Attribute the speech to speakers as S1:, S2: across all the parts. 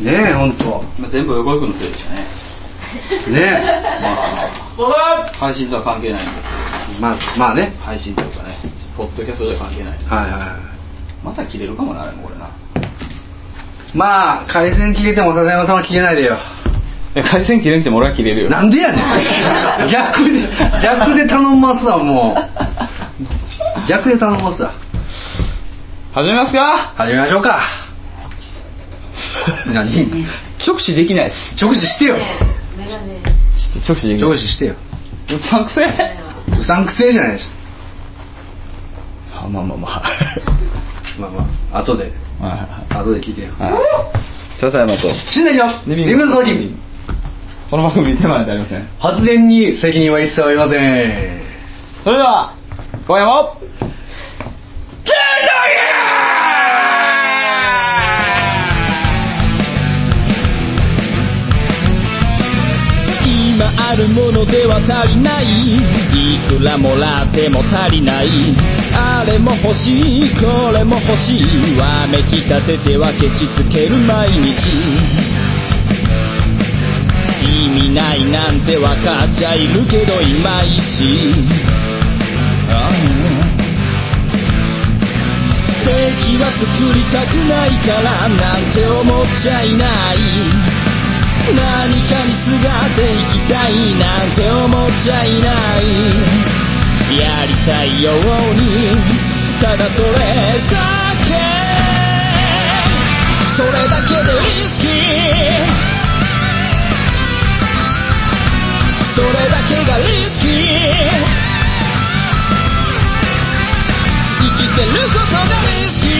S1: ねえ本当
S2: まあ、全部動くのせいでしたね
S1: ね
S2: まあ配信とは関係ないんです
S1: えまあまあね
S2: けど配信というかねポッドキャストでは関係ない
S1: はいは
S2: また切れるかもなあれも俺ない
S1: まあ回線切れても笹山さんは切れないでよ
S2: 回線切れんくても俺は切れる
S1: なんでやね ん逆で逆で頼んますわもう逆で頼んますわ
S2: 始めますか
S1: 始めましょうか 何
S2: 直視できないです
S1: 直視してよ
S3: メガネ
S2: ちょっと直視できない
S1: 直視してよ
S2: うさんくせえ
S1: うさんくせえじゃないです
S2: あまあまあまあ
S1: まあまあ後で
S2: は
S1: 後で聞いてよ
S2: いはい笹山と
S1: 新内のリビングの時
S2: この番組手前でありません
S1: 発言に責任は一切ありません
S2: それでは今夜も
S4: 今あるものでは足りないいくらもらっても足りないあれも欲しいこれも欲しいわめきたててはケチつける毎日意味ないなんてわかっちゃいるけどいまいちああ敵は作りたくないからなんて思っちゃいない何かにすがっていきたいなんて思っちゃいないやりたいようにただそれだけそれだけでリスキーそれだけがリスキー生きてることがリスキー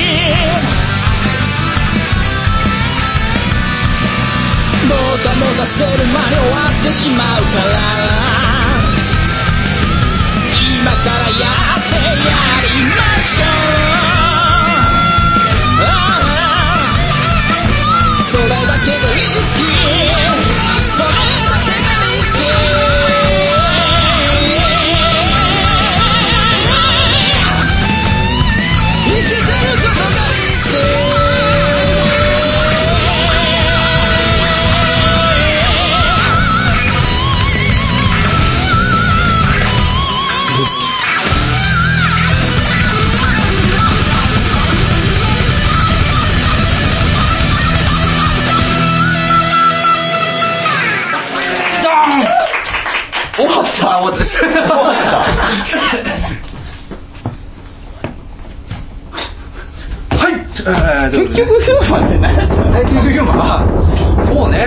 S4: もたもたしてる間に終わってしまうから今からやってやりましょうああそれだけがリスキーそれだけがリスキー生きてることがリスキー
S1: 終わった終わった終わったはい
S2: 結局今日まで何やったの
S1: 結局今はそうね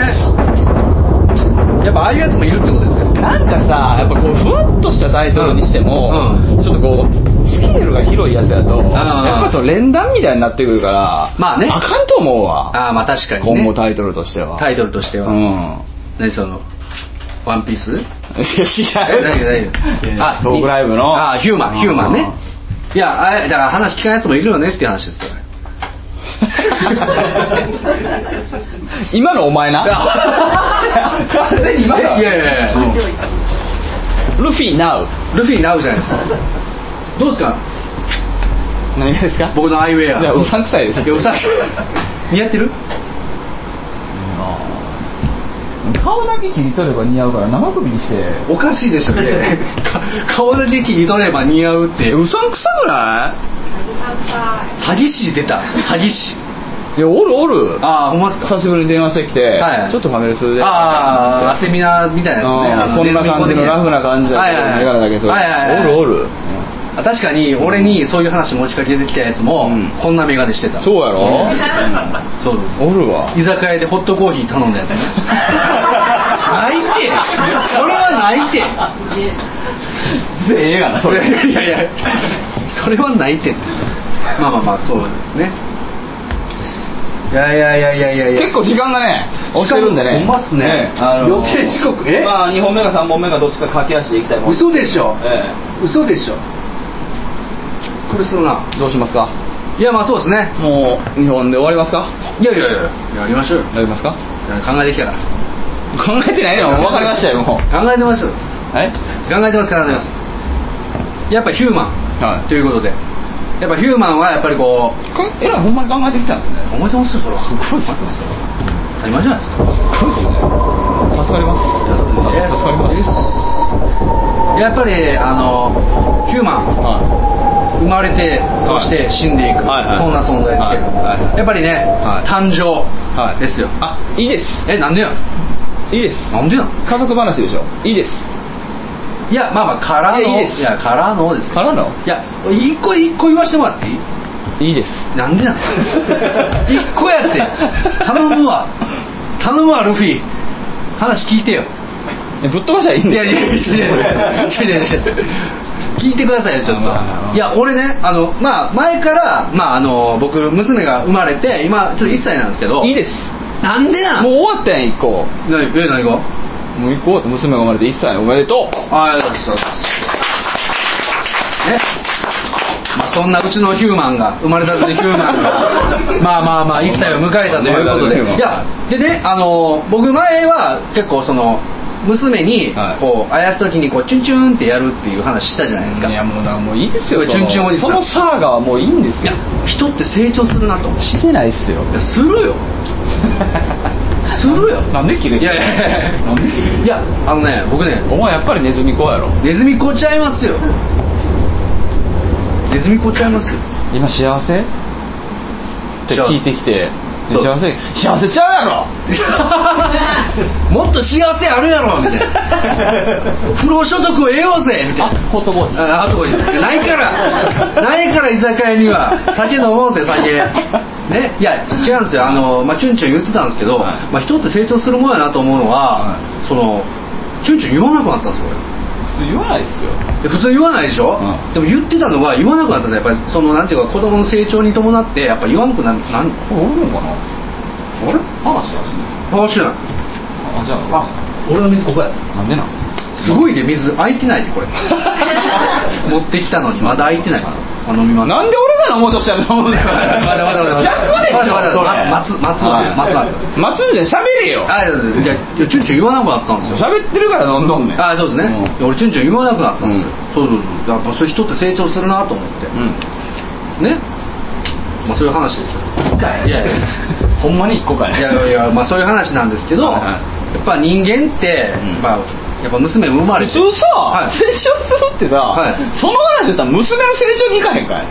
S1: やっぱああいうやつもいるってことですよ
S2: なんかさやっぱこうふわっとしたタイトルにしても、
S1: うん
S2: ちょっとこうスケールが広いやつやと、
S1: あー
S2: やっぱその連弾みたいになってくるから
S1: まあね
S2: あかんと思うわ
S1: ああまあ確かに、ね、
S2: 今後タイトルとしては
S1: タ
S2: イ
S1: イトルとして
S2: ト
S1: は、、
S2: うん ん
S1: 何そのワンピース
S2: いや違
S1: え
S2: う
S1: 何が何
S2: い
S1: が
S2: やトークライブの
S1: あヒューマ
S2: う
S1: ン
S2: ん
S1: ヒューマンねいやあれだから話聞かないやつもいるよねっていう話ですよね
S2: 今のお前 な完全に今
S1: い
S2: の
S1: やいやいや
S2: ルフィナウ
S1: ルフィになるじゃないですかどうですか
S2: 何がですか
S1: 僕のアイウェア
S2: いやうさんくさいです
S1: いやうさんくさい似合ってる
S2: 顔だけ切り取れば似合うから生首にして
S1: おかしいでしょねか 顔だけ切り取れば似合うって
S2: うさんくさくな
S1: 詐欺師出た詐欺師
S2: いいやおるおる
S1: ああほんまっすか
S2: 久しぶりに電話してきて、
S1: はい
S2: ちょっとファミレスで
S1: ああセミナーみたいなやつねあ
S2: あー
S1: の
S2: こんな感じのラフな感じだ
S1: は
S2: け
S1: い
S2: ど
S1: はいはい
S2: メガネだけそう
S1: はいはいはい
S2: おるおる
S1: あ確かに俺にそういう話持ちかけてきたやつも、
S2: うん
S1: こんなメガネしてた
S2: そうやろ
S1: そう
S2: おるわ
S1: 居酒屋でホットコーヒー頼んだやつ ないってそれはないって
S2: ええがなそれ
S1: いやいやそれはないってまあまあまあそうですねいやいやいやいやいやいや
S2: 結構時間がね押してるんでね
S1: 時間ほんまっすね予定時刻え
S2: まあ2本目か3本目かどっちか駆け足でいきたいもん
S1: 嘘でしょ
S2: え
S1: 嘘でしょ苦しそうな
S2: えどうしますか
S1: いやまあそうですね
S2: もう2本で終わりますか
S1: いやいやいややりましょうよ
S2: やりますか
S1: 考えてきたか
S2: 考えてないよ分かりましたよもう
S1: ら考えてますよ
S2: え
S1: 考えてます考えてますやっぱヒューマン
S2: は
S1: ということでやっぱヒューマンはやっぱりこう
S2: いえらいほんまに考えてきたんですね
S1: 思えてますよそれは
S2: すごいっすね
S1: 当たり前じゃないですか
S2: すごいですね助かります助かります
S1: やっぱりあのヒューマン
S2: は
S1: 生まれてそして死んでいく、
S2: はいはい
S1: そんな存在ですけど、
S2: はいはい
S1: やっぱりね、
S2: はい
S1: 誕生
S2: はい
S1: ですよ、
S2: あいいです
S1: えなんでや
S2: いいです
S1: なんでや
S2: 家族話でしょいいです
S1: いやまあまあからの
S2: いやいいです
S1: やからのですよ
S2: からの
S1: いや一個一個言わしてもらっていい
S2: いいです
S1: なんで なの一個やって頼むわ頼むわルフィ話聞いてよ
S2: えぶっ飛ばしゃいいん
S1: い
S2: で
S1: や
S2: す
S1: いやいやいやいやいやいや聞いてくださいよちょっ
S2: あまあ
S1: といや俺ねあのまあ前からまああの僕娘が生まれて今ちょっと1歳なんですけど
S2: いいです
S1: なんでなん
S2: もう終わったやん一個も
S1: 何え何が
S2: う一個終わった娘が生まれて1歳おめでとう
S1: あありがとうございますねまあそんなうちのヒューマンが生まれたてのヒューマンがまあまあまあ1歳を迎えたということで
S2: 生まれたてのヒューマン
S1: いやでねあの僕前は結構その娘に
S2: はい
S1: こうあやす時にこうチュンチュンってやるっていう話したじゃないですか
S2: いやもうだもういいですよ
S1: これ順調おじさ
S2: そ
S1: ん
S2: のそのサーガはもういいんです
S1: いや
S2: よ
S1: 人って成長するなとい
S2: してないっすよ
S1: やするよするよ
S2: なんで切れ
S1: いやいやいや
S2: なんで切れ
S1: いやあのね僕ね
S2: お前やっぱりネズミ子やろ
S1: ネズミ子ちゃいますよネズミ子ちゃいますよ
S2: 今幸せっ
S1: 幸せ
S2: て聞いてきて
S1: そう
S2: 幸せ幸せちゃうやろ
S1: もっと幸せあるやろみたいな不労所得を得ようぜみたいな
S2: ホットボール
S1: ああとこにないからないから居酒屋には酒飲もうぜ酒ねいや違うんですよあの、まあ、チュンチュン言ってたんですけど、
S2: はい
S1: まあ、人って成長するもんやなと思うのは、
S2: は
S1: そのチュンチュン言わなくなったんですよ俺
S2: 普通言わないですよ
S1: で普通言わないでしょ、
S2: うん
S1: でも言ってたのは言わなくなったんですよやっぱりそのなんていうか子供の成長に伴ってやっぱ言わなくなるなん
S2: これおるのかなあれ話してま
S1: 話し
S2: すね
S1: ない
S2: あじゃあ
S1: あ俺の水ここや
S2: なんでなん
S1: すごいね水空いてないで これ持ってきたのにまだ空いてないあ飲みます
S2: なんで俺が飲もうとしたら飲むんだよ
S1: まだまだまだまだ
S2: 逆でしょ
S1: まだまだ
S2: それ
S1: ま待つ待つわ
S2: はい
S1: 待つわ
S2: 待つんじゃん喋れよ
S1: あいやいやいやいやチュンチュン言わなくなったんですよ
S2: 喋ってるから飲んどんねん
S1: あそうですね、
S2: うん
S1: いや俺チュンチュン言わなくなったんですよ、そう
S2: う
S1: そうそうやっぱそういう人って成長するなと思って
S2: うん
S1: ねまあそういう話ですよいやいや
S2: ほんまに一個かい
S1: いやいやいやまあそういう話なんですけど、
S2: はい
S1: やっぱ人間って、
S2: うん
S1: まあやっぱ娘も生まれ
S2: 普
S1: て
S2: 通さ、
S1: はい
S2: 成長するってさ、
S1: はい
S2: その話だったら娘の成長に行かへんかい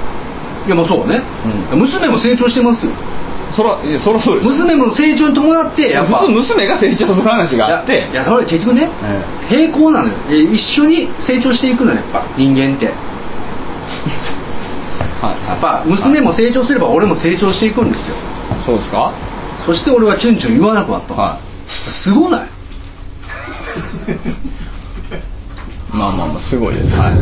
S1: いやまあそうね、
S2: う
S1: 娘も成長してますよ
S2: そらいやそらそうです
S1: 娘も成長に伴ってやっぱ
S2: 普通娘が成長する話があっ
S1: い
S2: て
S1: やいやそれ結局ね、
S2: え
S1: 平行なのよえ一緒に成長していくのよやっぱ人間って
S2: はい
S1: やっぱ娘も成長すれば俺も成長していくんですよ
S2: そうですか
S1: そして俺はチュンチュン言わなくなったの、
S2: は
S1: すごない
S2: いまあまあまあすごいですはい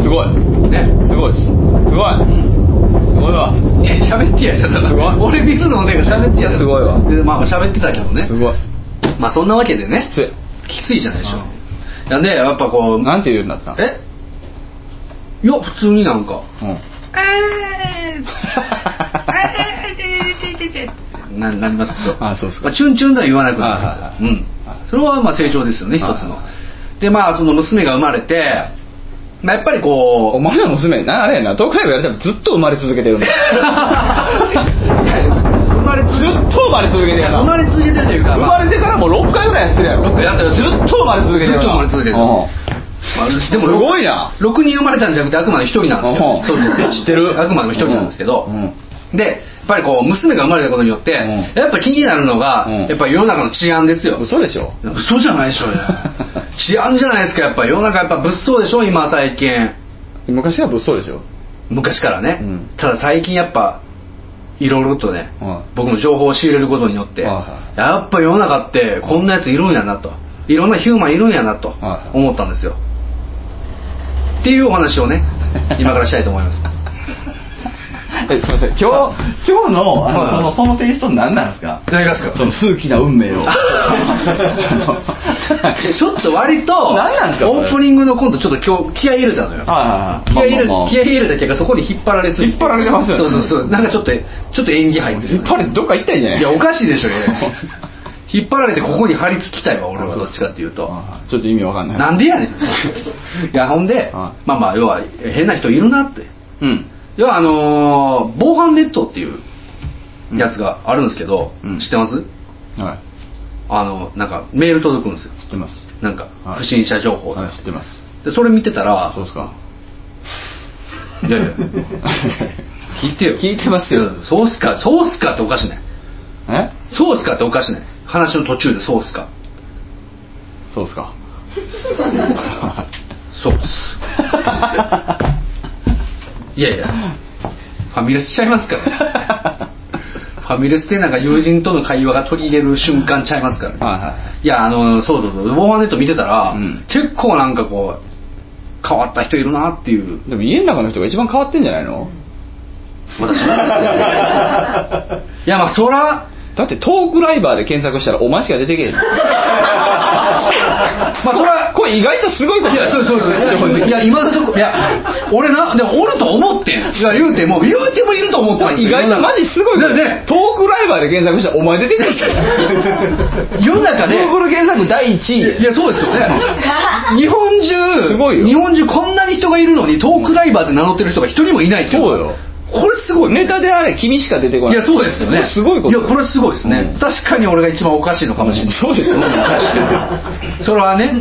S2: すごい
S1: ね
S2: すごいですすごい、
S1: うん
S2: すごいわ
S1: いや喋ってやちょっと
S2: すごい
S1: 俺水野のねが喋ってや
S2: すごいわ
S1: でまあまあ喋ってたけどね
S2: すごい
S1: まあそんなわけでね
S2: きつい
S1: きついじゃないでしょいやねやっぱこう
S2: なんて言うんだった
S1: えいや普通になんか
S2: うん
S1: ななりますけど
S2: あそうですか
S1: まあ、チュンチュンとは言わなくなるんですよ、
S2: はいはいはい
S1: うん、それはまあ成長ですよね一
S2: はい
S1: つのでまあその娘が生まれて、まあ、やっぱり
S2: お
S1: こう
S2: 前らの娘なあれやな東海をやるためにずっと生まれ続け てるんだ
S1: 生まれつ
S2: ずっと生まれ続けてるな
S1: 生まれ続けてるというか、
S2: 生
S1: ま
S2: ま
S1: あ
S2: れてからもう6回ぐらいやってるやろ
S1: 六回やってる
S2: ずっと生まれ続けてるな
S1: ずっと生まれ続けてるまあ
S2: うん
S1: でも
S2: すごいな
S1: 6人生まれたんじゃなくてあくまで1人なんですよ
S2: うん
S1: そうそうそう
S2: 知ってる
S1: あくまでも1人なんですけど、
S2: うん
S1: でやっぱりこう娘が生まれたことによって、
S2: ん
S1: やっぱ気になるのが、
S2: うん
S1: やっぱ世の中の治安ですよ
S2: 嘘でしょ
S1: 嘘じゃないで しょ治安じゃないですかやっぱ世の中やっぱ物騒でしょ今最近
S2: 昔は嘘でしょ
S1: 昔からね、
S2: うん
S1: ただ最近やっぱいろいろとね、
S2: はい
S1: 僕も情報を仕入れることによって、
S2: はいは
S1: やっぱ世の中ってこんなやついるんやなといろんなヒューマンいるんやなと
S2: はいはい
S1: 思ったんですよ、っていうお話を ね今からしたいと思います
S2: えすいません今日今日のあの
S1: はい
S2: そのそのテイスト何なんですか
S1: 何がですか
S2: その数奇な運 命をちょっと
S1: ちょっと割とオ
S2: 何なんですかこれ
S1: ープニングの今度ちょっと今日気合い入れたのよ
S2: はい
S1: 気合い入れ,、
S2: まあまあまあ
S1: 気合い入れた結果そこに引っ張られすぎて
S2: 引っ張られてますよね
S1: そうそうそうなんかちょっとちょっと演技入ってる
S2: 引っ張れどっか行ったんじゃない
S1: いやおかしいでしょいや引っ張られてここに張り付きたいわ俺はどっちかっていうと
S2: あちょっと意味わかんない
S1: なんでやねんいやほんで
S2: は
S1: まあまあ要は変な人いるなって
S2: うん
S1: 要はあのー防犯ネットっていうやつがあるんですけど、
S2: うん
S1: 知ってます
S2: はい
S1: あのなんかメール届くんですよ
S2: 知ってます
S1: なんか
S2: はい
S1: 不審者情報、
S2: はい知ってます
S1: でそれ見てたら
S2: そうですか
S1: いやいや聞いてよ
S2: 聞いてますよ
S1: やそうっすかそうっすかっておかしない
S2: え
S1: そうっすかっておかしない話の途中でそうっすか
S2: そうですか
S1: そうっすいやいやファミレスしちゃいます からファミレスでなんか友人との会話が取り入れる瞬間ちゃいますから、
S2: はいはい
S1: いやあのそうそうそうウォーマンネット見てたら、
S2: うん
S1: 結構なんかこう変わった人いるなっていう
S2: でも家の中の人が一番変わってんじゃないの
S1: 私いやまあそら
S2: だってトークライバーで検索したらお前しか出てけえへ んまあこれはこれ意外とすごいこと
S1: いや、そうそうそう。
S2: 正直
S1: いや、今のとこ、いや、俺な、でもおると思ってん。いや、言うても、言うてもいると思って
S2: こ
S1: ん
S2: れ
S1: です
S2: 意
S1: よ
S2: 外とマジすごいこと
S1: ねね
S2: トークライバーで検索したらお前出てけえへん
S1: 世の中ね
S2: Google 検索第1位
S1: いや、そうですよ ね。日本中、
S2: すごいよ
S1: 日本中こんなに人がいるのに、トークライバーで名乗ってる人が一人もいないってい
S2: そうよ。
S1: これすごい。
S2: ネタであれ君しか出てこない
S1: いや、そうですよ
S2: こ
S1: ね。
S2: れすごいこと
S1: いや、これすごいですね
S2: う。ん
S1: 確かに俺が一番おかしいのかもしれない。
S2: そうですよ
S1: ん確かにそれはね、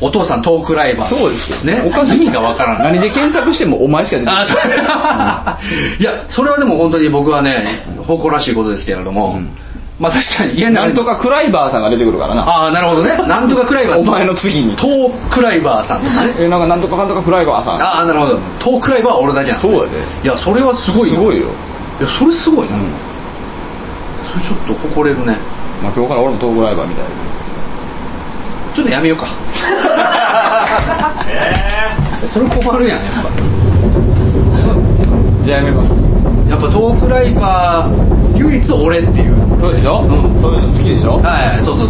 S1: お父さんトークライバー。
S2: そうですよ
S1: ね。
S2: おかしい
S1: 意味がわからない。
S2: 何で検索してもお前しか出てこない
S1: あそういやそれはでも本当に僕はね誇らしいことですけれども、
S2: うん
S1: まあ確かに家の中
S2: な
S1: に
S2: んとかクライバーさんが出てくるからな
S1: ああなるほどねなんとかクライバー
S2: お前の次に
S1: トークライバーさんとかね
S2: えなんかなんとかかんとかクライバーさん
S1: ああなるほどトークライバーは俺だけなんだ
S2: そうやで
S1: いやそれはすごい
S2: す
S1: な
S2: ごいよ、
S1: いやそれすごいな、
S2: うん
S1: それちょっと誇れるね
S2: まあ、今日から俺もトークライバーみたいな
S1: ちょっとやめよう かそれ困るやんやっぱ
S2: じゃあやめます
S1: やっぱトークライバー唯一俺っていう
S2: そうでしょ、
S1: うん
S2: そういうの好きで しょ
S1: はいはいそうそうそう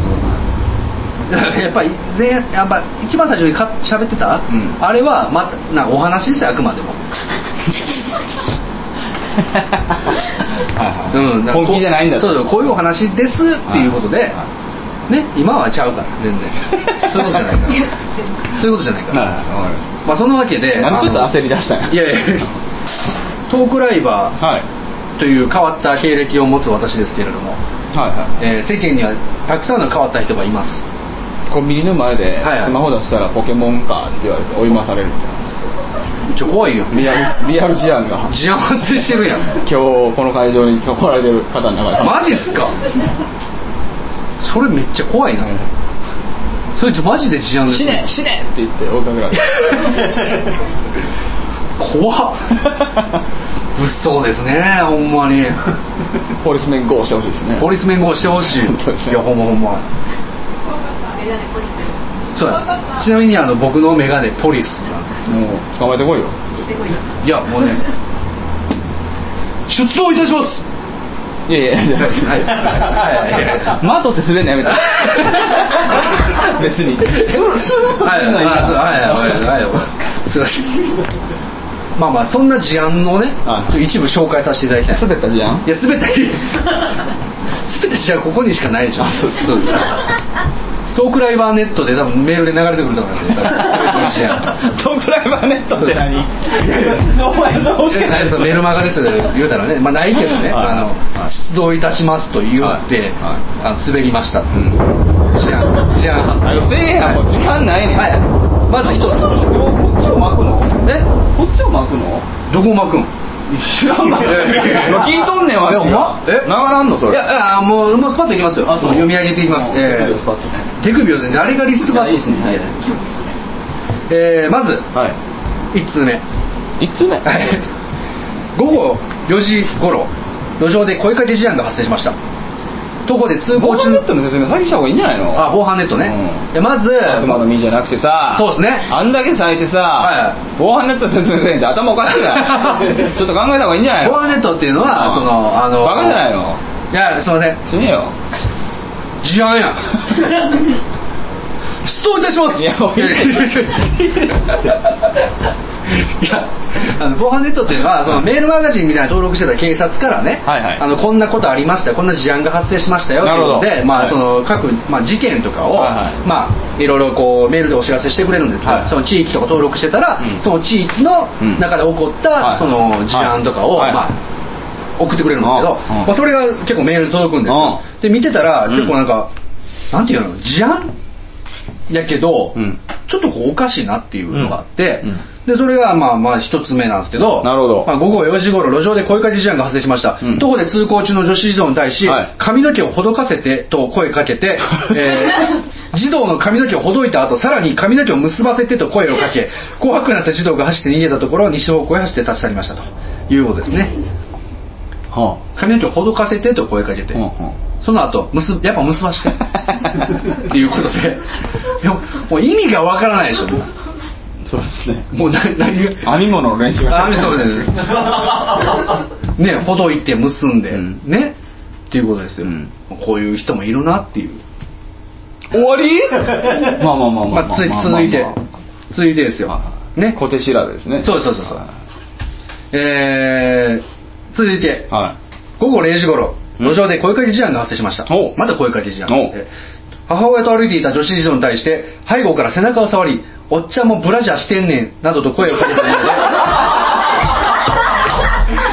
S1: だからやっぱり前やっぱ一番最初にか喋ってた、
S2: ん
S1: あれはまたなお話ですよあくまでもう
S2: はいはい
S1: んだからこう
S2: 本気じゃないんだと
S1: そうそうこういうお話ですっていうことで、
S2: はいは
S1: ね今はちゃうから 全然そういうことじゃないからそういうことじゃないか
S2: はい
S1: ら、
S2: はいわかりまし
S1: まあそのわけで
S2: たなんでちょっと焦り出
S1: し
S2: したんや
S1: いやいやトークライバ
S2: はい
S1: ーという変わった経歴を持つ私ですけれども、
S2: はいは
S1: えー世間にはたくさんの変わった人がいます
S2: いコンビニの前で
S1: はいはい
S2: スマホ出したらポケモンかって言われて追い回されるみたい
S1: ちょ怖いよ
S2: なリアルリアル事案が
S1: 事案発生してるやん
S2: 今日この会場に来られてる方の中で
S1: マジっすかそれめっちゃ怖いな、それマジで事案です
S2: 死ね死ねって言って追いかけ られる
S1: 怖っ物騒ですねほんま に
S2: ポリスメン GO してほしいですね
S1: ポリスメン号してほしい
S2: 本当ですね
S1: いやほんまほんまそうやちなみにあの僕のメガネポリスなんです
S2: もう捕まえてこいよ
S1: いやもうね出動いたします
S2: いやい やいや
S1: はいはい
S2: マートって滑るの やめて
S1: はいはいはいはいはい
S2: 別に
S1: はいすいませんまあまあそんな事案をね、
S2: はい
S1: ちょっと一部紹介させていただきたい
S2: 滑ったじゃん
S1: いや全て 全てじゃここにしかない でしょそうですトークライバーネットで多分メールで流れてくると思いますよ多分全ての試合
S2: トークライバーネットって何お前どうし
S1: い
S2: て
S1: やないですよメルマガですよ言うたらね、まあ、ないけどね、
S2: はい
S1: あの出動いたしますと言って、
S2: はいは
S1: あの滑りました、
S2: うん
S1: 治安治安発
S2: あのせえやんもう時間ないねん
S1: はいまず一
S2: こっち
S1: つ
S2: を巻くの
S1: え
S2: こっちを巻くの
S1: どこまくん
S2: 知らんわ
S1: いやいやいや
S2: 今聞いとんねんわし
S1: いやまえ
S2: 長なんのそ
S1: い
S2: れ
S1: やあもうもうスパッといきますよ
S2: あそう
S1: 読み上げていきます、
S2: え
S1: え
S2: え
S1: ー手首をね誰がリストバットするの
S2: いやいいっ
S1: えーまず
S2: は
S1: 1通目
S2: い一通目
S1: はい午後4時頃路上で声かけ事案が発生しました徒歩で通
S2: 防
S1: 行
S2: 犯
S1: 中
S2: ネットの説明先した方がいいんじゃないの
S1: あ防犯ネットね、
S2: うん
S1: でまず
S2: 悪魔の実じゃなくてさ
S1: そうですね
S2: あんだけ咲いてさ、
S1: は
S2: 防犯ネットの説明せんって頭おかしくない ちょっと考えた方がいいんじゃないの
S1: 防犯ネットっていうのは、
S2: うん
S1: そのあの
S2: バカじゃないの
S1: いやすいません
S2: 死ねよ
S1: 事案や出動いたします
S2: いやもういい
S1: いやあの防犯ネットっていうのはそのメールマガジンみたいな登録してた警察からね、
S2: はいはい
S1: あのこんなことありましたこんな事案が発生しましたよって
S2: なる
S1: いう
S2: ほど
S1: ので、ま
S2: は
S1: あ、
S2: い
S1: その各、まあ、事件とかを、
S2: はいはい
S1: まあ、いろいろこうメールでお知らせしてくれるんですけど、
S2: はい
S1: その地域とか登録してたら、
S2: うん
S1: その地域の
S2: うん
S1: 中で起こった、
S2: はい
S1: その事案とかを、
S2: はい
S1: まあ送ってくれるんですけど、
S2: うんうん
S1: まあ、それが結構メールで届くんですよ、で見てたら
S2: うん
S1: 結構なんか、なんていうの事案やけど、
S2: うん
S1: ちょっとこうおかしいなっていうのがあって、
S2: うんうん
S1: でそれがまあまあ一つ目なんですけど
S2: なるほど
S1: まあ、午後4時頃路上で声かけ事案が発生しました、
S2: うん
S1: 徒歩で通行中の女子児童に対し、
S2: はい
S1: 髪の毛をほどかせてと声かけ て、えー児童の髪の毛をほどいた後さらに髪の毛を結ばせてと声をかけ紅白くなった児童が走って逃げたところ西方向へ走って立ち去りましたということですね
S2: は
S1: 髪の毛をほどかせてと声かけて、
S2: あうんうん
S1: その後結やっぱ結ばしてっていうことでいやもう意味がわからないでしょも
S2: そうですね
S1: うもうな何が
S2: 編み物の練習が
S1: あ
S2: した
S1: そうですねほどいて結んで、
S2: うん
S1: ねっていうことですよ、
S2: うん
S1: こういう人もいるなっていう
S2: 終 わりまあまあまあまあ
S1: まあつい続いて続いてですよね
S2: 小手調べですね
S1: そうそうそうそうえー、続いて
S2: は
S1: 午後0時頃
S2: うん
S1: 路上で声かけ事案が発生しました
S2: おう
S1: また声かけ事案
S2: おう
S1: えー母親と歩いていた女子児童に対して背後から背中を触り「おっちゃんもブラジャーしてんねん」などと声をかけているの で声が怖く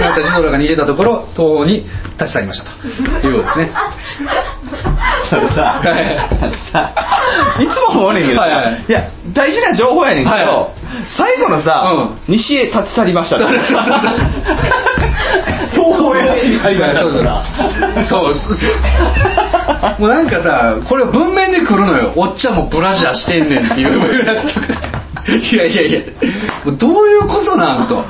S1: なった児童らが逃げたところ東方に立ち去りましたということですね
S2: いそれさ
S1: はい
S2: だってさいつも思うねんけどさ
S1: はいはい
S2: いや大事な情報やねんけ
S1: はいは
S2: ど最後のさ西へ立ち去りましたね
S1: そう そうそうそう
S2: 東方へ走り去りました
S1: そうそうそうそうもうなんかさこれ文面で来るのよ「おっちゃんもブラジャーしてんねん」っていうやつとかいやいやいやもうどういうことなんと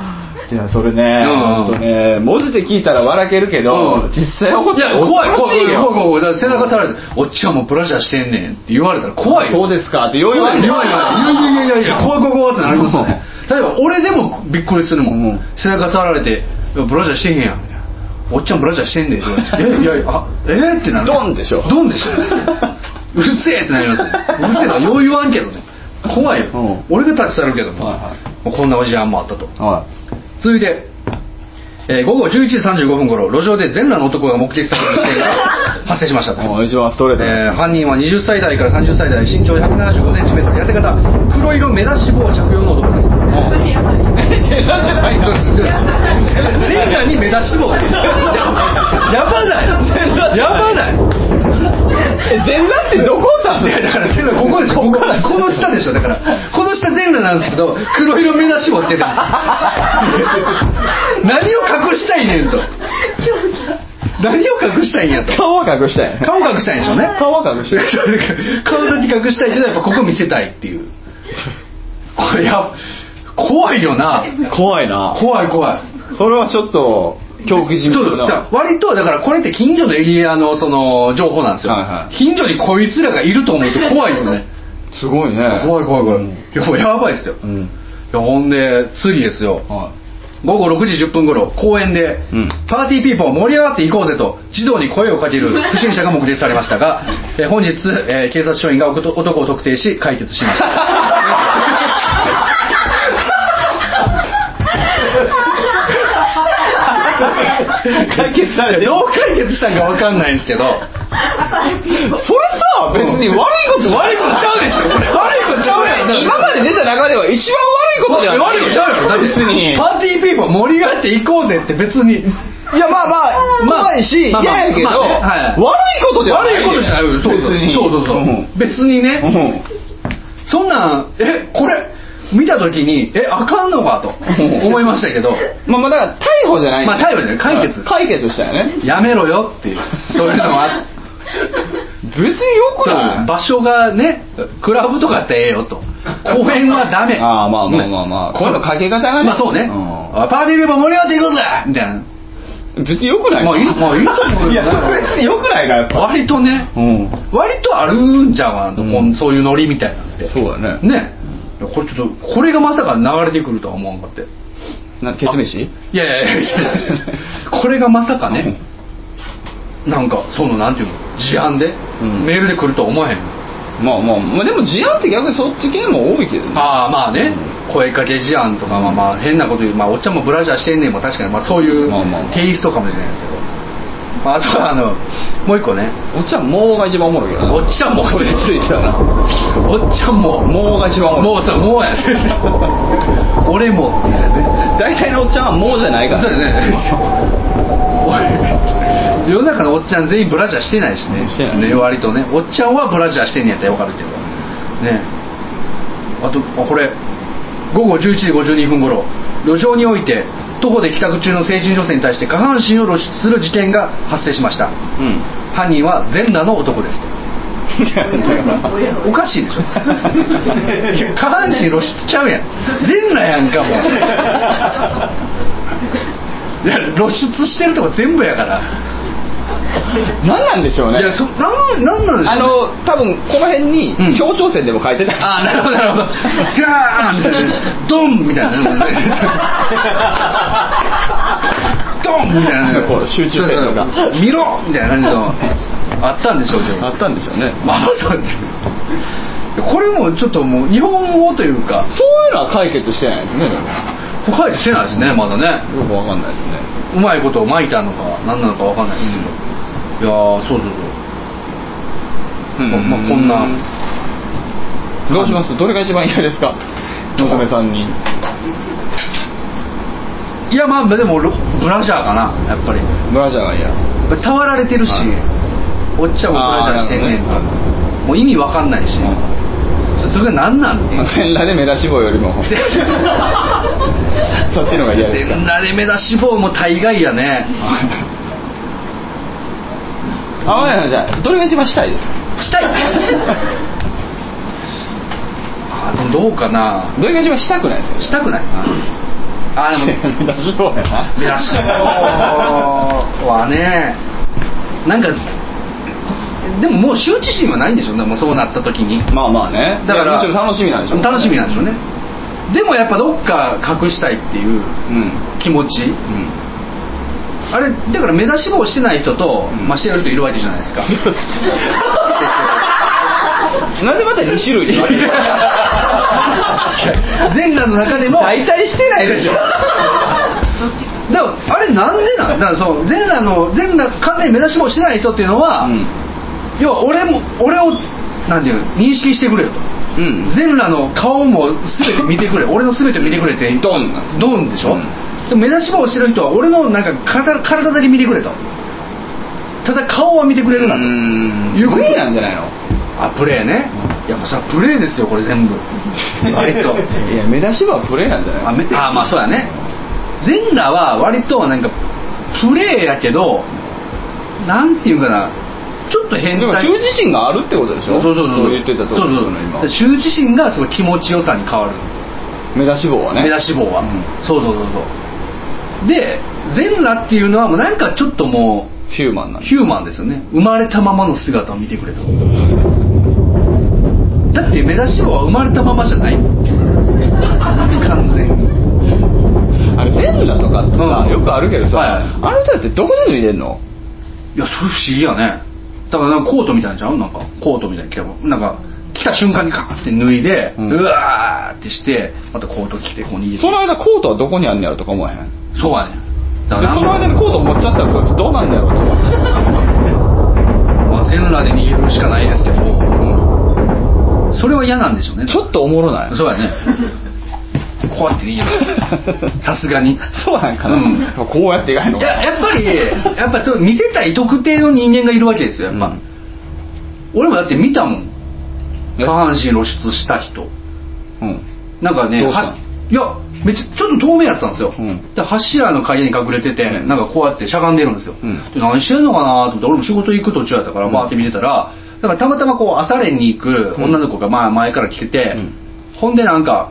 S2: いやそれね、
S1: うん
S2: ほんとね文字で聞いたら笑けるけど、
S1: うん
S2: 実際怒っ
S1: い
S2: て
S1: や怖い怖い怖い怖い
S2: よ
S1: 怖いだから背中さられて「おっちゃんもブラジャーしてんねん」って言われたら怖いよ
S2: そうですかってよう言わ
S1: 怖
S2: れ
S1: い
S2: て
S1: 怖い怖いいやいやいやいや怖い怖い怖いってなりますよね例えば俺でもびっくりするもん、
S2: うん
S1: 背中触られて「ブラジャーしてへんやん」みたいなおっちゃんブラジャーしてんねん」って言われて「いやいやあえー、ってなる
S2: ドンでしょ
S1: ドンでしょうるせえってなりますねうるせえとかよう言わんけどね怖いよ、
S2: うん
S1: 俺が立ち去るけども、
S2: はいはい
S1: もうこんなおじやんもあったと
S2: は
S1: 続いて、えー午後11時35分頃路上で全裸の男が目撃される事件が発生しましたと
S2: いもう一番ストレートな
S1: え
S2: や
S1: ー犯人は20歳代から30歳代身長 175cm 痩せ方黒色目出し帽着用の男です
S2: つえなんじゃないの
S1: 全裸に目出し帽やばないやばない
S2: え全裸ってどこさん
S1: いやだから全裸ここでしょこここの下でしょだからこの下全裸なんですけど黒色目出し帽つけて るんですよ何を隠したいねんと何を隠したいんやと
S2: 顔は隠したい
S1: 顔隠したいんでしょうね
S2: 顔は隠した い
S1: 顔だけ隠したいけどやっぱここ見せたいっていうこれや怖いよな
S2: 怖いな
S1: 怖い怖い
S2: それはちょっと恐怖じみ
S1: そ
S2: る
S1: うだから
S2: な
S1: 割とだからこれって近所のエリアのその情報なんですよ、
S2: はいはい
S1: 近所にこいつらがいると思うと怖いよ ね
S2: すごいね
S1: 怖い怖い怖い、
S2: うん
S1: いやもうやばいですよ、
S2: う
S1: い
S2: ん
S1: やほんで次ですよ、
S2: は
S1: 午後6時10分頃公園で、
S2: うん
S1: パーティーピーポー盛り上がっていこうぜと児童に声をかけ る不審者が目撃されましたがえー本日、えー警察署員が男男を特定し解決しました
S2: い解決 されて
S1: どう解決したんかわかんないんですけど
S2: それさ別に悪いこと悪いことちゃうでしょこれ 悪いことちゃうやん今まで出た中では一番悪いことではない
S1: 悪いことちゃうやろだって
S2: 別に
S1: パーティーピーポー盛り上がっていこうぜって別に
S2: いやまあまあ
S1: まあ
S2: 怖いし
S1: まあ
S2: 嫌
S1: まあ
S2: やけど
S1: まあねはい
S2: 悪いことではない
S1: 悪いことじゃないよそうそう
S2: 別に
S1: そうそうそう、
S2: うん
S1: 別にね、そんなんえこれ見た時にえあかんのかと思いましたけ ど
S2: うんまあまあだから逮捕じゃないんだよ
S1: まあ逮捕じゃない解決です
S2: 解決したよね
S1: やめろよっていうそういうのもあって
S2: 別によくない
S1: 場所がねクラブとかってええよと公園はダメ
S2: ああまあまあまあまあ
S1: ね
S2: 声のかけ方がね
S1: まあそうね、
S2: うん
S1: パーティーピーポー盛り上がっていこうぜみたいな
S2: 別によくない
S1: もういいもういいと思うよ
S2: いやそれ別によくないからやっぱ
S1: 割とね
S2: うん
S1: 割とあるんじゃわんと、
S2: うん
S1: こんそういうノリみたいなんて
S2: そうだね
S1: ねいやこれちょっとこれがまさか流れてくるとは思わんかって
S2: なケツ飯
S1: いやいやいやいやこれがまさかねなんかそのなんていうの事案で、
S2: うん
S1: メールで来るとは思わへん
S2: まあまあまあでも事案って逆にそっち系も多いけどね
S1: ああまあね、声かけ事案とかまあまあ変なこと言う、まあ、おっちゃんもブラジャーしてんねんも確かに、まあ、そういう
S2: まあまあまあ
S1: テイストかもしれないですけど、まあ、あとはあのもう一個ね
S2: おっちゃんもうが一番おもろいけどな
S1: おっちゃんも
S2: これついてたな
S1: おっちゃんも
S2: もうが一番おもろい
S1: もうさもうやね 俺もみたいなね
S2: 大体のおっちゃんはもうじゃないから
S1: そうだねおい世の中のおっちゃん全員ブラジャーしてないしね
S2: してない
S1: ね割とねおっちゃんはブラジャーしてんねやったらよかるけどねあとあこれ午後11時52分頃路上において徒歩で帰宅中の成人女性に対して下半身を露出する事件が発生しました
S2: うん
S1: 犯人は全裸の男ですとおかしいで しょいや下半身露出ちゃうやん全裸やんかも ういや露出してるとこ全部やから、
S2: 何なんでしょうね
S1: いやそなんなんなんでしょうね、
S2: あの多分この辺に
S1: うん
S2: 協調線でも書いてた、
S1: あなるほどなるほどガーンみたいなドンみたいなドンみたいな
S2: こう集中点とか
S1: そうそう見ろみたいな感じのあったんでしょうけど
S2: あったんでしょうね
S1: まあそうですこれもちょっともう日本語というか
S2: そういうのは解決してないですね
S1: 解決してないですねまだね
S2: よくわかんないですね
S1: うまいことを巻いたのか何なのかわかんないですけど、いやーそうそうそう、まあまあこんな
S2: どうしますどれが一番嫌ですか娘さんに
S1: いやまあでもロブラジャーかなやっぱり
S2: ブラジャーが嫌
S1: 触られてるし、
S2: はい
S1: おっちゃんもブラジャーしてんねんと
S2: あーなるほ
S1: もう意味わかんないし、それが何なんねん
S2: 全裸で目出し帽よ りもそっちの方が嫌です
S1: 全
S2: か
S1: 裸で目出し棒も大概やね
S2: あわやさんじゃあどれが一番したいです
S1: した
S2: か
S1: いあでもどうかな
S2: どれが一番したくないですか
S1: したくない なあでも
S2: 目出し帽やな
S1: 目出し棒はねなんかでももう羞恥心はないんでしょうねもうそうなった時に
S2: まあまあね
S1: だか
S2: いや
S1: ら
S2: むしろ楽しみなんでしょう
S1: 楽しみなんでしょうねでもやっぱどっか隠したいっていう
S2: うん
S1: 気持ち
S2: うん
S1: あれだから目出し帽してない人と、
S2: うん
S1: まあ、してる人いるわけじゃないですか
S2: なんでまた2種 類に分ける
S1: 全裸の中でも
S2: 大体してない でしょ
S1: でもあれなんでなんだからその全裸の全裸完全に目出し帽してない人っていうのは、
S2: うん
S1: 要は俺も俺をなんていうの認識してくれよと
S2: うん
S1: 全裸の顔も全て見 てくれ俺の全てを見てくれって
S2: ドンなんです
S1: ドンでしょ、
S2: うん
S1: でも目出し帽してる人は俺のなんか体体だけ見てくれとただ顔は見てくれるなと
S2: うん
S1: いうこと
S2: 無理なんじゃないの
S1: あプレーねいやもうそれはプレーですよこれ 全部割と
S2: いや目出し帽はプレーなんじゃ
S1: あ
S2: ない
S1: めあまあそうだね全裸は割となんかプレーやけどなんていうかなちょっと変
S2: でも
S1: 態
S2: 羞恥心があるってことでし
S1: そ
S2: ょ
S1: うそうそう
S2: 言ってたとこ
S1: そう
S2: ろ
S1: そう
S2: です
S1: そう
S2: よね
S1: 羞
S2: 今
S1: 恥心がすごい気持ちよさに変わる
S2: 目出し帽はね
S1: 目出し帽は、
S2: うん
S1: そうそうそうそうで全裸っていうのはもうなんかちょっともう
S2: ヒューマンなんで
S1: ヒューマンですよね生まれたままの姿を見てくれとだって目出し帽は生まれたままじゃない 完全に
S2: あれ全裸とかってさ
S1: うん
S2: よくあるけどさ
S1: はい
S2: あの人だってどこで脱いでんの
S1: いやそれ不思議やねだからなんかコートみたいなんちゃうなんかコートみたいに着たなんか着た瞬間にカーって脱いで、
S2: う
S1: うんわーってしてまたコート着てこう逃げて
S2: その間コートはどこにあんねやろとか思わへんで
S1: そうやね
S2: そ
S1: だから
S2: の間にコート持っちゃったらそいつどうなんねやろと思う
S1: まあ、全裸で逃げるしかないですけど、それは嫌なんでしょうね
S2: ちょっとおもろない
S1: そうやねこうやって逃げるさすが に
S2: そうなんかな、
S1: うん
S2: こうやっていかへんの
S1: い
S2: か
S1: ややっぱりやっぱそう見せたい特定の人間がいるわけですよやっぱ、
S2: うん
S1: 俺もだって見たもん
S2: え
S1: 下半身露出した人
S2: うん
S1: なんかね
S2: どうしたの
S1: はいやめっちゃちょっと透明やったんですよ、
S2: うん
S1: で柱の陰に隠れてて、
S2: うん
S1: なんかこうやってしゃがんでるんですよ、
S2: うん
S1: で何してんのかなと思って俺も仕事行く途中やったから
S2: うん
S1: バーって見てたら、だからたまたまこう朝練に行く女の子が前前から来てて、
S2: うん
S1: ほんでなんか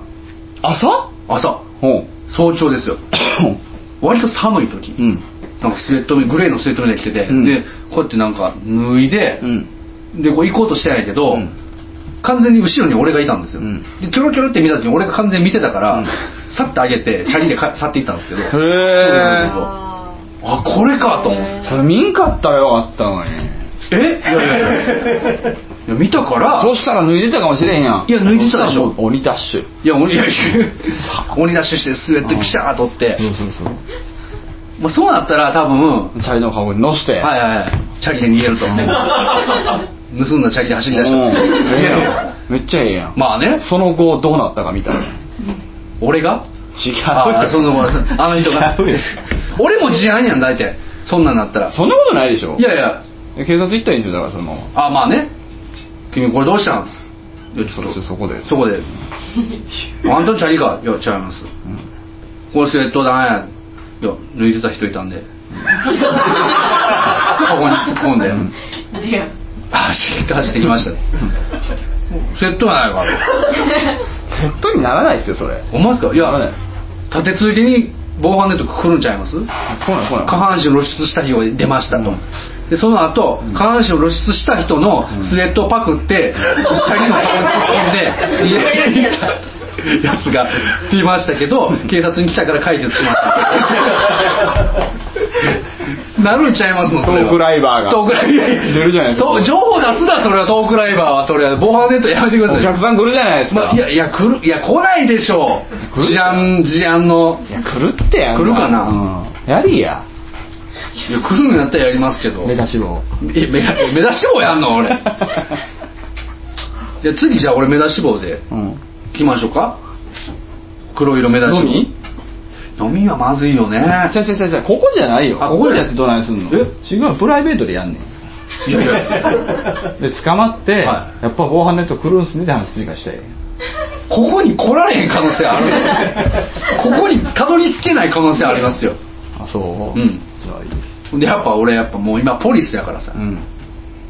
S2: 朝
S1: 朝
S2: うん
S1: 早朝です よ割と寒い時、
S2: うん
S1: なんかスウェットみグレーのスウェットみたいに着てて、
S2: うん
S1: でこうやってなんか脱いで、
S2: うん
S1: でこう行こうとしてないけど、
S2: うん
S1: 完全に後ろに俺がいたんですよ、
S2: うん
S1: でキョロキョロって見た時に俺が完全に見てたから、
S2: うん
S1: さってあげ てチャリでか去っていったんですけど
S2: へえ
S1: あこれかと思って
S2: それ見んかったらよかったのに
S1: えいやいやいやいや見たから
S2: そしたら脱いでたかもしれへんやん
S1: いや脱いでたでしょ
S2: そしたらもう鬼ダッシュ
S1: いや鬼いやいや鬼ダッシュしてスウェットピシャーとって、
S2: そうそう
S1: まあ、そうなったら多分
S2: チャリの顔に乗して
S1: はいはいはいチャリで逃げる と盗んだチャリで走り出した
S2: うん
S1: 逃げる
S2: めっちゃええやん
S1: まあね
S2: その後どうなったかみたいな
S1: 俺が
S2: 違う
S1: あ あそのあの人が
S2: 違うよ
S1: 俺も事案やん大体そんなんなったら
S2: そんなことないでしょ
S1: いやいや
S2: 警察行ったらいいんですよだからその
S1: あまあね君これどうしたんいやちょっと
S2: そそこで
S1: そ こであんたチャリかいや違いますこれスウェットだねいや脱いでた人いたん でここに突っ込んで、
S3: 違う
S1: 走って走ってきましたねセットやないか
S2: セットにならないですよそれ
S1: おますかい
S2: ならない
S1: や立て続けに防犯ネット来るんちゃいます
S2: そうなんそうなん
S1: 下半身を露出した人が出ましたと、
S2: うん
S1: でその後、下半身を露出した人のスウェットをパクって、チャリの顔に突っ込んで家に行ったやつがいましたけど警察に来たから解決しましたなるんちゃいますのそれは
S2: トークライバーが
S1: トークライバー
S2: 出るじゃないですか
S1: と情報出すなそれはトークライバーはそれは防犯ネットやめてください
S2: お客さん来るじゃないですか、
S1: まあ、いやいや来るいや来ないでしょう
S2: 来る
S1: 治安治安の
S2: いや来るってやん
S1: 来るかな
S2: うんやりや
S1: いや来るんやったらやりますけど
S2: 目出し棒
S1: え目が目出し帽やん の俺じゃあ次じゃあ俺目出し帽で
S2: うん
S1: 来ましょうか黒色目出し
S2: 飲み
S1: 帽飲みはまずいよね
S2: 違う違う違う違うここじゃないよ
S1: あ
S2: ここじゃってどないすんの
S1: え
S2: 違うプライベートでやんねん
S1: いやいや
S2: で捕まって、
S1: は
S2: やっぱ防犯ネット来るんすねって話筋がしたい
S1: ここに来られへん可能性あるここにたどり着けない可能性ありますよ
S2: あそう
S1: う
S2: うんじゃあいいです
S1: でやっぱ俺やっぱもう今ポリスやからさ
S2: う、ん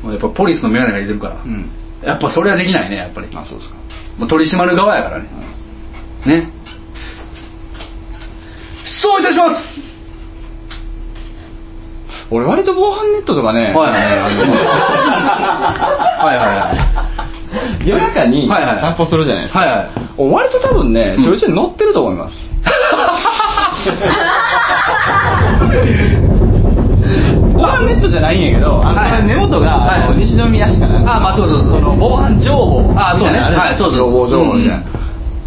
S1: やっぱポリスの眼鏡が出てるから、
S2: うん
S1: やっぱそれはできないねやっぱり
S2: あそうですか
S1: もう取り締まる側やからね、ね失礼いたします
S2: 俺割と防犯ネットとかね、
S1: はいはい はい
S2: あの夜中に
S1: はいはい
S2: 散歩するじゃないですか、
S1: はいはいはい
S2: お割と多分ね
S1: うん
S2: ちょいちょい乗ってると思い ます、 防犯ネットじゃないんやけどあの、
S1: はい
S2: 根元が、
S1: はい
S2: あの西宮市かな
S1: あまあそうそうそう
S2: の防犯情報
S1: あそうね
S2: みたいなのるじゃん
S1: はいそうそう
S2: 情報情報みたいな、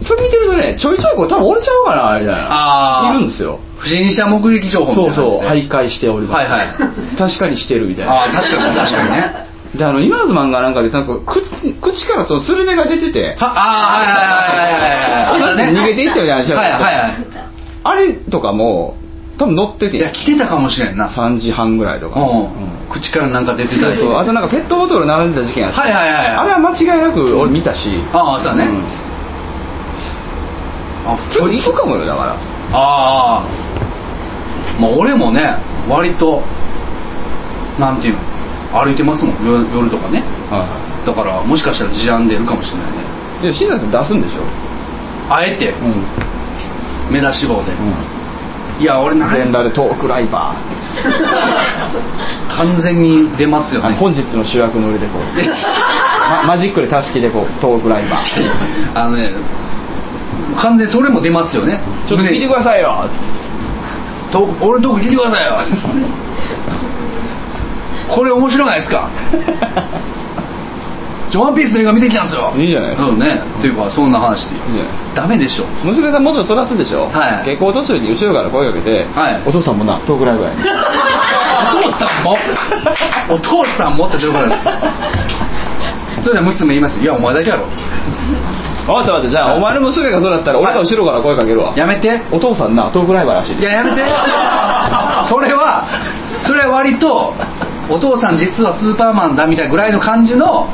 S2: それ見てるとねちょいちょいこう多分折れちゃうかなみたい
S1: あ
S2: な
S1: ー
S2: いるんですよ
S1: 不審者目撃情報みたい
S2: そう
S1: な
S2: そ
S1: や
S2: う
S1: つ
S2: 徘
S1: ね
S2: 徊しております、
S1: はいはい
S2: 確かにしてるみたいな
S1: ああ確かに確かにね
S2: であの今津漫画なんかでなんか口口からそのスルメが出てて
S1: はああはいはいはいはいはい
S2: 逃げていったよねあれじゃな
S1: はい
S2: くて
S1: はいは
S2: あれとかも多分乗って
S1: い
S2: て
S1: いや来てたかもしれんな
S2: 3時半ぐらいとか、
S1: うん口からなんか出てた
S2: そう
S1: り
S2: そうあとなんかペットボトル並んでた事件あった、
S1: はいはいはい
S2: あれは間違いなく俺見たし
S1: ああそうだね
S2: ん
S1: あ
S2: ちょっと行くかもよだから
S1: ああまあ俺もね割となんていうの歩いてますもん夜夜とかねだからもしかしたら事案出るかもしれないね
S2: いや新田さん出すんでしょ
S1: あえて
S2: うん、
S1: 目出し帽で、いや俺な
S2: 全裸でトークライバ
S1: 完全に出ます
S2: ー、
S1: よ
S2: あの
S1: ね
S2: 本日の主役の俺で こう、
S1: で
S2: まマジックでたすきでこうトークライバー
S1: あのね完全にそれも出ますよね
S2: ちょっと聞いてくださいよ
S1: 胸トーク俺のトーク聞いてくださいよこれ面白ないです かちょワンピースの映画見てきたんですよ
S2: いいじゃないですか
S1: そうねっていうかそんな話で
S2: いいじゃないですか
S1: ダメでしょ
S2: 娘さんもちろん育つでしょ、
S1: はい
S2: 下校途中に後ろから声かけて、
S1: はい
S2: お父さんもな遠くらいぐらい
S1: お父さんもお父さんもって状況 ですそれで娘言いますよいやお前だけやろ
S2: わかったわかったじゃあ、お前の娘がそうだったら俺が後ろから声かけるわ、
S1: やめて
S2: お父さんな遠くらいぐらいらしい
S1: いややめてそれはそれは割とお父さん実はスーパーマンだみたいなぐらいの感じの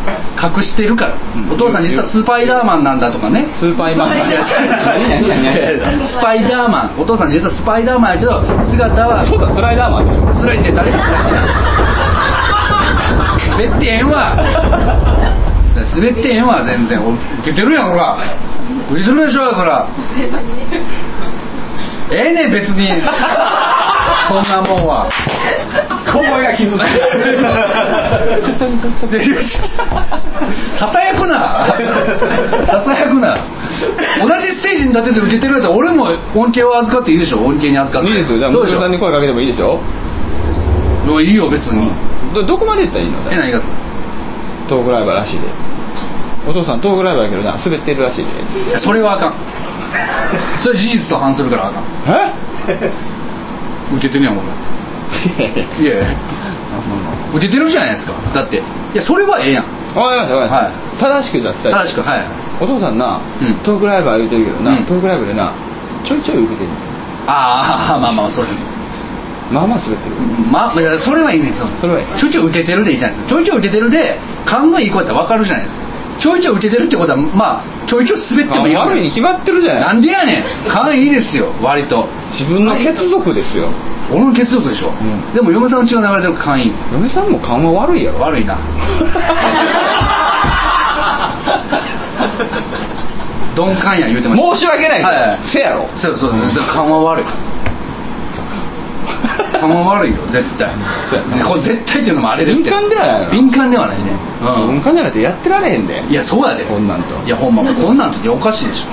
S1: 隠してるから、
S2: ん
S1: お父さん実はスーパイダーマンなんだとかね
S2: スーパーマン
S1: いや
S2: 何何何何
S1: スパイダーマンお父さん実はスパイダーマンやけど姿は
S2: そうだスライダーマンですよ
S1: スライって誰がスライ滑ってへんわ滑ってへんわ全然お受けてるやんほら受けてるでしょそらええねん別にそんなもんは
S2: 小声が気づく
S1: ささやくなささやくな同じステージに立てて受けてるやつは俺も恩恵を預かっていいでしょ恩恵に預かって
S2: いいですよじゃあ
S1: そうで
S2: 娘
S1: しょ
S2: さんに声かけてもいいでしょ
S1: もういいよ別に、
S2: どどこまで行ったらいいの
S1: え何がですか
S2: トークライバーらしいでお父さんトークライバーやけどな滑ってるらしいで
S1: いやそれはあかんそれは事実と反するからあかん 受けてるやん俺
S2: え
S1: いやいや受けてるじゃないですかだっていやそれはええやん
S2: わかりましたわかりました正しくじゃあ伝えて
S1: 正しくはい
S2: お父さんな、
S1: うん
S2: トークライバー言うてるけどな、
S1: うん
S2: トークライブでなちょいちょい受けてる
S1: ああまあまあそうです
S2: まあまあ滑ってる
S1: まあいやそれはいいんですよ
S2: それはいい
S1: ちょいちょい受けてるでいいじゃないですかちょいちょい受けてるで勘のいい子やったら分かるじゃないですかちょいちょい受けてるってことはまあちょいちょい滑ってもいいわけ
S2: 悪いに決まってるじゃ
S1: な
S2: ない
S1: んでやねん勘いいですよ割と
S2: 自分の血族ですよ
S1: 俺の血族でしょ、
S2: ん
S1: でも嫁さんの血が流れてる勘いい
S2: 嫁さんも勘は悪いやろ
S1: 悪 いな鈍感や言うてました
S2: 申し訳ないけど、
S1: はいはい
S2: せやろ
S1: そうそうそう勘は悪い勘は悪いよ絶対
S2: そうやな
S1: これ絶対っていうのもあれですけど
S2: 敏感ではないの
S1: 敏感ではないね
S2: 文化じゃなくてやってられへんで
S1: うんいやそうやで
S2: こんなんと
S1: いやほんまこんなんとおかしいでし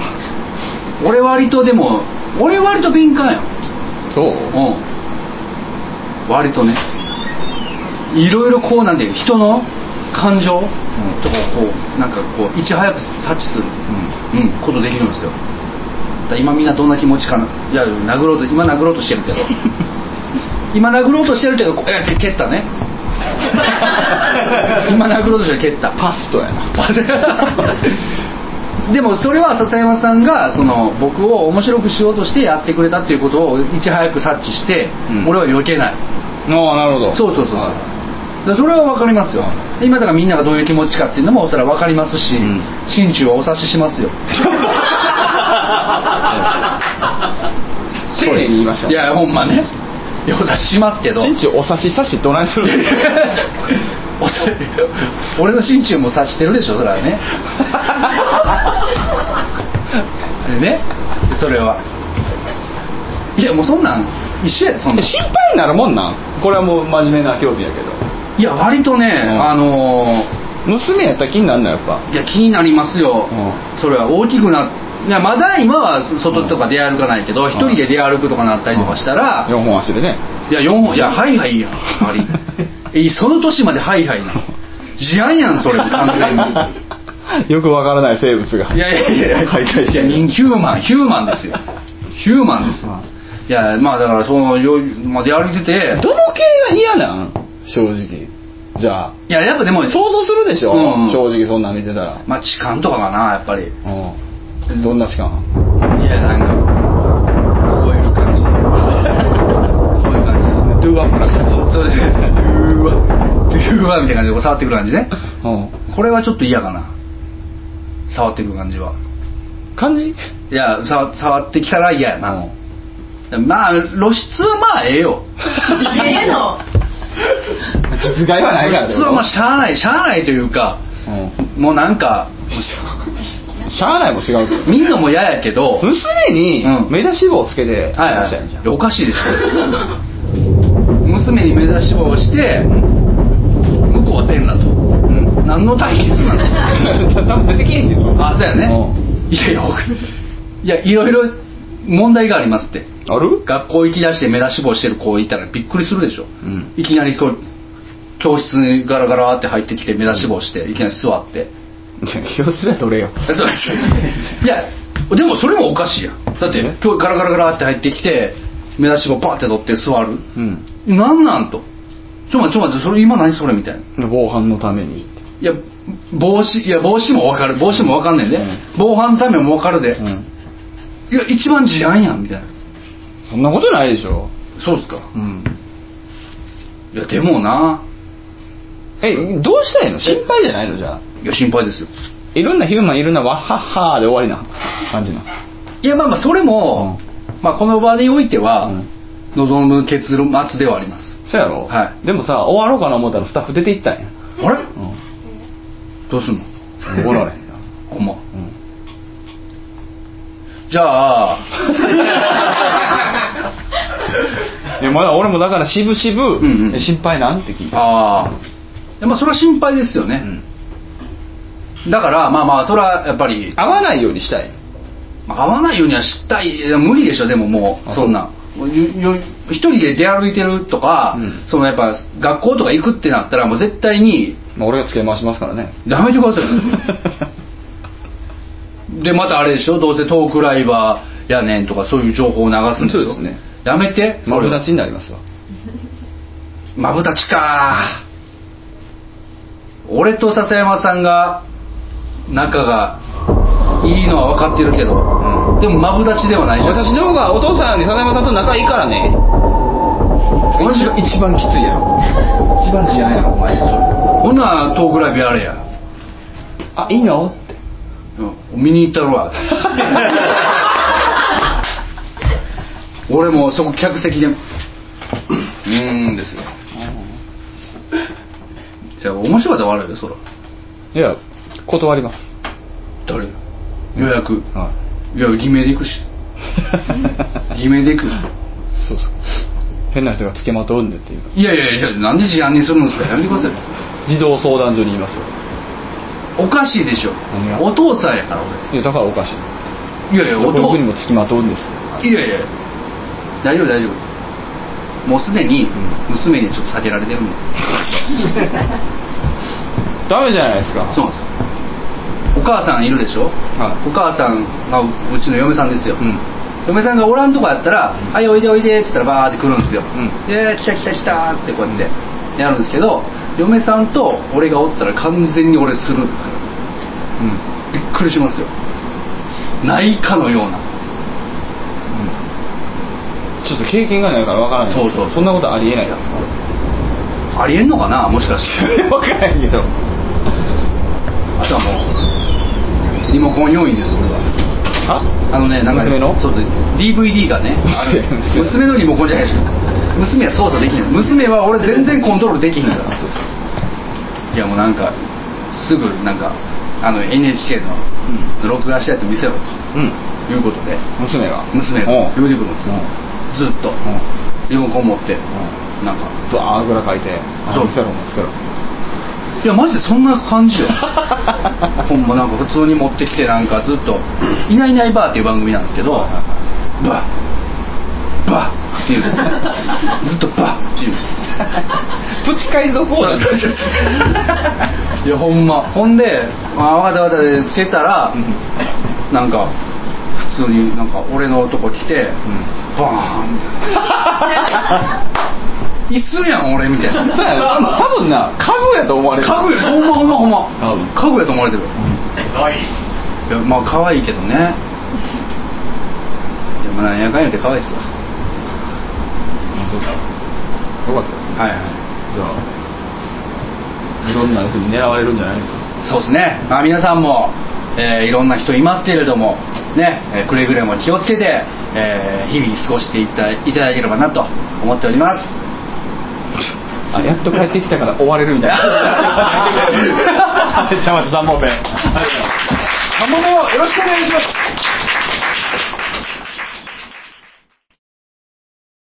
S1: ょ俺割とでも俺割と敏感やん
S2: そう
S1: うん割とねいろいろこうなんていう人の感情とかをこうなんかこういち早く察知する、うんことできるんですよだから今みんなどんな気持ちかないや殴ろうと今殴ろうとしてる けど今殴ろうとしてるけどこういや蹴った ね今殴ろうとしてる蹴った
S2: パストやな
S1: でもそれは笹山さんがその僕を面白くしようとしてやってくれたっていうことをいち早く察知して、
S2: うん
S1: 俺は避けない
S2: ああなるほど
S1: そうそうそう、だからそれは分かりますよで今だからみんながどういう気持ちかっていうのもそれは分かりますし、
S2: うん
S1: 心中はお察しし ますよ
S2: 丁寧に言いました
S1: いやほんまねいやお察ししますけど
S2: ちんちんお刺し刺しどないするんですか
S1: お察し俺の心中も察してるでしょそれはね ねそれはいやもうそんなん一緒やそんなん
S2: 心配になるもんなんこれはもう真面目な興味やけど
S1: いや割とね、
S2: ん
S1: あの
S2: 娘やったら気になんのやっぱ
S1: ーいや気になりますよ、
S2: う
S1: それは大きくないやまだ今は外とか出歩かないけど一、人で出歩くとかなったりとかしたら、
S2: 4本足でね
S1: いや4本いやハイハイやんありえその年までハイハイなの事案やんそれも完全 に
S2: よくわからない生物が
S1: いやいやいやいや
S2: 解体して
S1: いや人ヒューマンヒューマンですよヒューマンですよいやまあだからそのよ、まあ、出歩いてて
S2: どの系が嫌なん正直じゃあ
S1: いややっぱでも
S2: 想像するでしょ、
S1: うんうん
S2: 正直そんなん見てたら
S1: まあ痴漢とかかなやっぱり
S2: うんどんな時間
S1: いやなんかこういう感じこういう感
S2: ドゥーアップな感じ
S1: じそうですねドゥーワドゥーワみたいな感じでこう触ってくる感じね
S2: うん
S1: これはちょっと嫌かな触ってくる感じは
S2: 感じ
S1: いや触触ってきたら嫌やな、まあ露出はまあええよ
S3: え えの
S2: 実害はないから
S1: 露出はまあしゃあないしゃあないというか
S2: うん
S1: もうなんか
S2: しゃあないも違うけど
S1: 見んのも嫌やけどはい
S2: 娘に
S1: うん
S2: 目出し帽をつけて話したらいいじゃ
S1: は
S2: ん
S1: いおかしいでしょ娘に目指し棒をして向こうは全裸と、何の対決なの
S2: 多分出てきへんねんぞ
S1: あそうやね
S2: う
S1: いやいや僕いやいろいろ問題がありますって
S2: ある
S1: 学校行き出して目出し棒してる子いたらびっくりするでしょ、
S2: ん
S1: いきなりこう教室にガラガラって入ってきて目出し棒していきなり座って
S2: じゃあ要するにどれよ
S1: えそうですいやでもそれもおかしいやんだって
S2: え
S1: 今日ガラガラガラって入ってきて目出し棒パーって取って座る
S2: うん
S1: なんなんとちょ待ってちょ待ってそれ今何それみたいな
S2: 防犯のために
S1: いや帽子いや帽子もわかる帽子もわかんねんで、防犯のためもわかるで、
S2: う
S1: い
S2: ん
S1: や一番事案やんみたいな
S2: そんなことないでしょ
S1: そうっすか
S2: うん
S1: いやでもな
S2: えどうしたらいいの心配じゃないのじゃあ
S1: いや心配ですよ
S2: いろんなヒューマンいるなわっはっはーで終わりな感じない
S1: やまあまあそれも、まあ、この場においては、
S2: うん
S1: 望む結論末ではあります
S2: そうやろ
S1: はい
S2: でもさ終わろうかな思ったらスタッフ出ていったんや
S1: あれ
S2: う
S1: どうすんの
S2: んおられへんな
S1: ほんま
S2: うん
S1: じ ゃあ
S2: いやまだ俺もだからしぶしぶ
S1: んうん
S2: 心配なんって聞いた
S1: ああいやまあそれは心配ですよね、だからまあまあそれはやっぱり
S2: 会わないようにしたい
S1: まあ会わないようにはしたいいや無理でしょでももう
S2: あ
S1: そんなもうよよ一人で出歩いてるとか、
S2: うん
S1: そのやっぱ学校とか行くってなったらもう絶対に
S2: まあ俺がつけ回しますから ね
S1: やめてくださいよでまたあれでしょどうせトークライバーやねんとかそういう情報を流すんでしょ
S2: そうですね
S1: やめて
S2: マブダ
S1: ち
S2: チになりますわ
S1: まぶたちか俺と笹山さんが仲がいいのは分かってるけど、
S2: う
S1: でもマブダチではないじゃん
S2: 私の方がお父さんより笹山さんと仲いいからね
S1: 一番一番きついやろ一番治安やろお前ほな遠くらいやれや、
S2: あいいのって
S1: うん、見に行ったろわ俺もそこ客席でうーんですよじゃあ面白かったら笑うよそら
S2: いや断ります
S1: 誰予約
S2: はい
S1: や偽名で行くし 偽名で行く
S2: そうそう変な人がつけまとうんでっていうか
S1: いやいやいやなんで治安にするんですかやめてください
S2: 児童相談所にいますよ
S1: おかしいでしょ
S2: 何が
S1: お父さんやから
S2: いやだからおかしい
S1: 俺いやいやお
S2: 僕
S1: 父
S2: にもつきまとうんです
S1: いやいや大丈夫大丈夫もうすでに
S2: ん
S1: 娘にちょっと避けられてるんで、
S2: ダメじゃないですか
S1: そうなんですよお母さんいるでしょ、
S2: はい
S1: お母さんがううちの嫁さんですよ、
S2: うん
S1: 嫁さんがおらんとこやったら「はいおいでおいで」っつったらバーって来るんですよ、
S2: うん
S1: で来た来た来たーってこうやってやるんですけど嫁さんと俺がおったら完全に俺するんですから
S2: うん
S1: びっくりしますよないかのような
S2: ちょっと経験がないからわからないです
S1: そうそうそう
S2: そんなことありえないです
S1: ありえんのかなもしかして
S2: わからないけど
S1: あとはもうリモコン要員です俺は
S2: あ
S1: あのね、なんか
S2: 娘の
S1: そうで DVD がね、ある
S2: 娘
S1: 娘のリモコンじゃないでしょ。娘は操作できない。娘は俺全然コントロールできひんから。いやもうなんかすぐなんかあの NHK の録画したやつ見せろ
S2: うん
S1: ということで、
S2: 娘が
S1: 娘が
S2: おう
S1: 呼んでくるんですよ。ずっと
S2: うん
S1: リモコン持って
S2: う
S1: なんか。
S2: んバーあぐらかいてあ
S1: そう
S2: 見せろ見せろ
S1: いやマジでそんな感 じよほんまなんか普通に持ってきてなんかずっ と「いないいないばあ」っていう番組なんですけど「ばあ」「ばあ」って言うん ですずっと「ばあ」って言うんです
S2: プチ海賊王だね
S1: いやほんまほんで「あわかったわかった」でつけたらなんか普通になんか俺のとこ来て「バーン」みたいな椅子やん俺みたいな
S2: そうやな多分な家具やと思われる
S1: 家具やほんまほんまほんま
S2: 多分
S1: 家具やと思われてるいやまあ可愛いけどねいやまあなんやかんやで可愛いっすわ
S2: よかったですね
S1: はいはい
S2: じゃあいろんな人に狙われるんじゃないです
S1: そう
S2: か
S1: ですねまあ皆さんも、えーいろんな人いますけれどもね、えーくれぐれも気をつけて、えー日々過ごしていたいただければなと思っております
S2: あやっと帰ってきたから追われるみたいなはいじゃあまた段ボールペン
S1: 今後もよろしくお願いします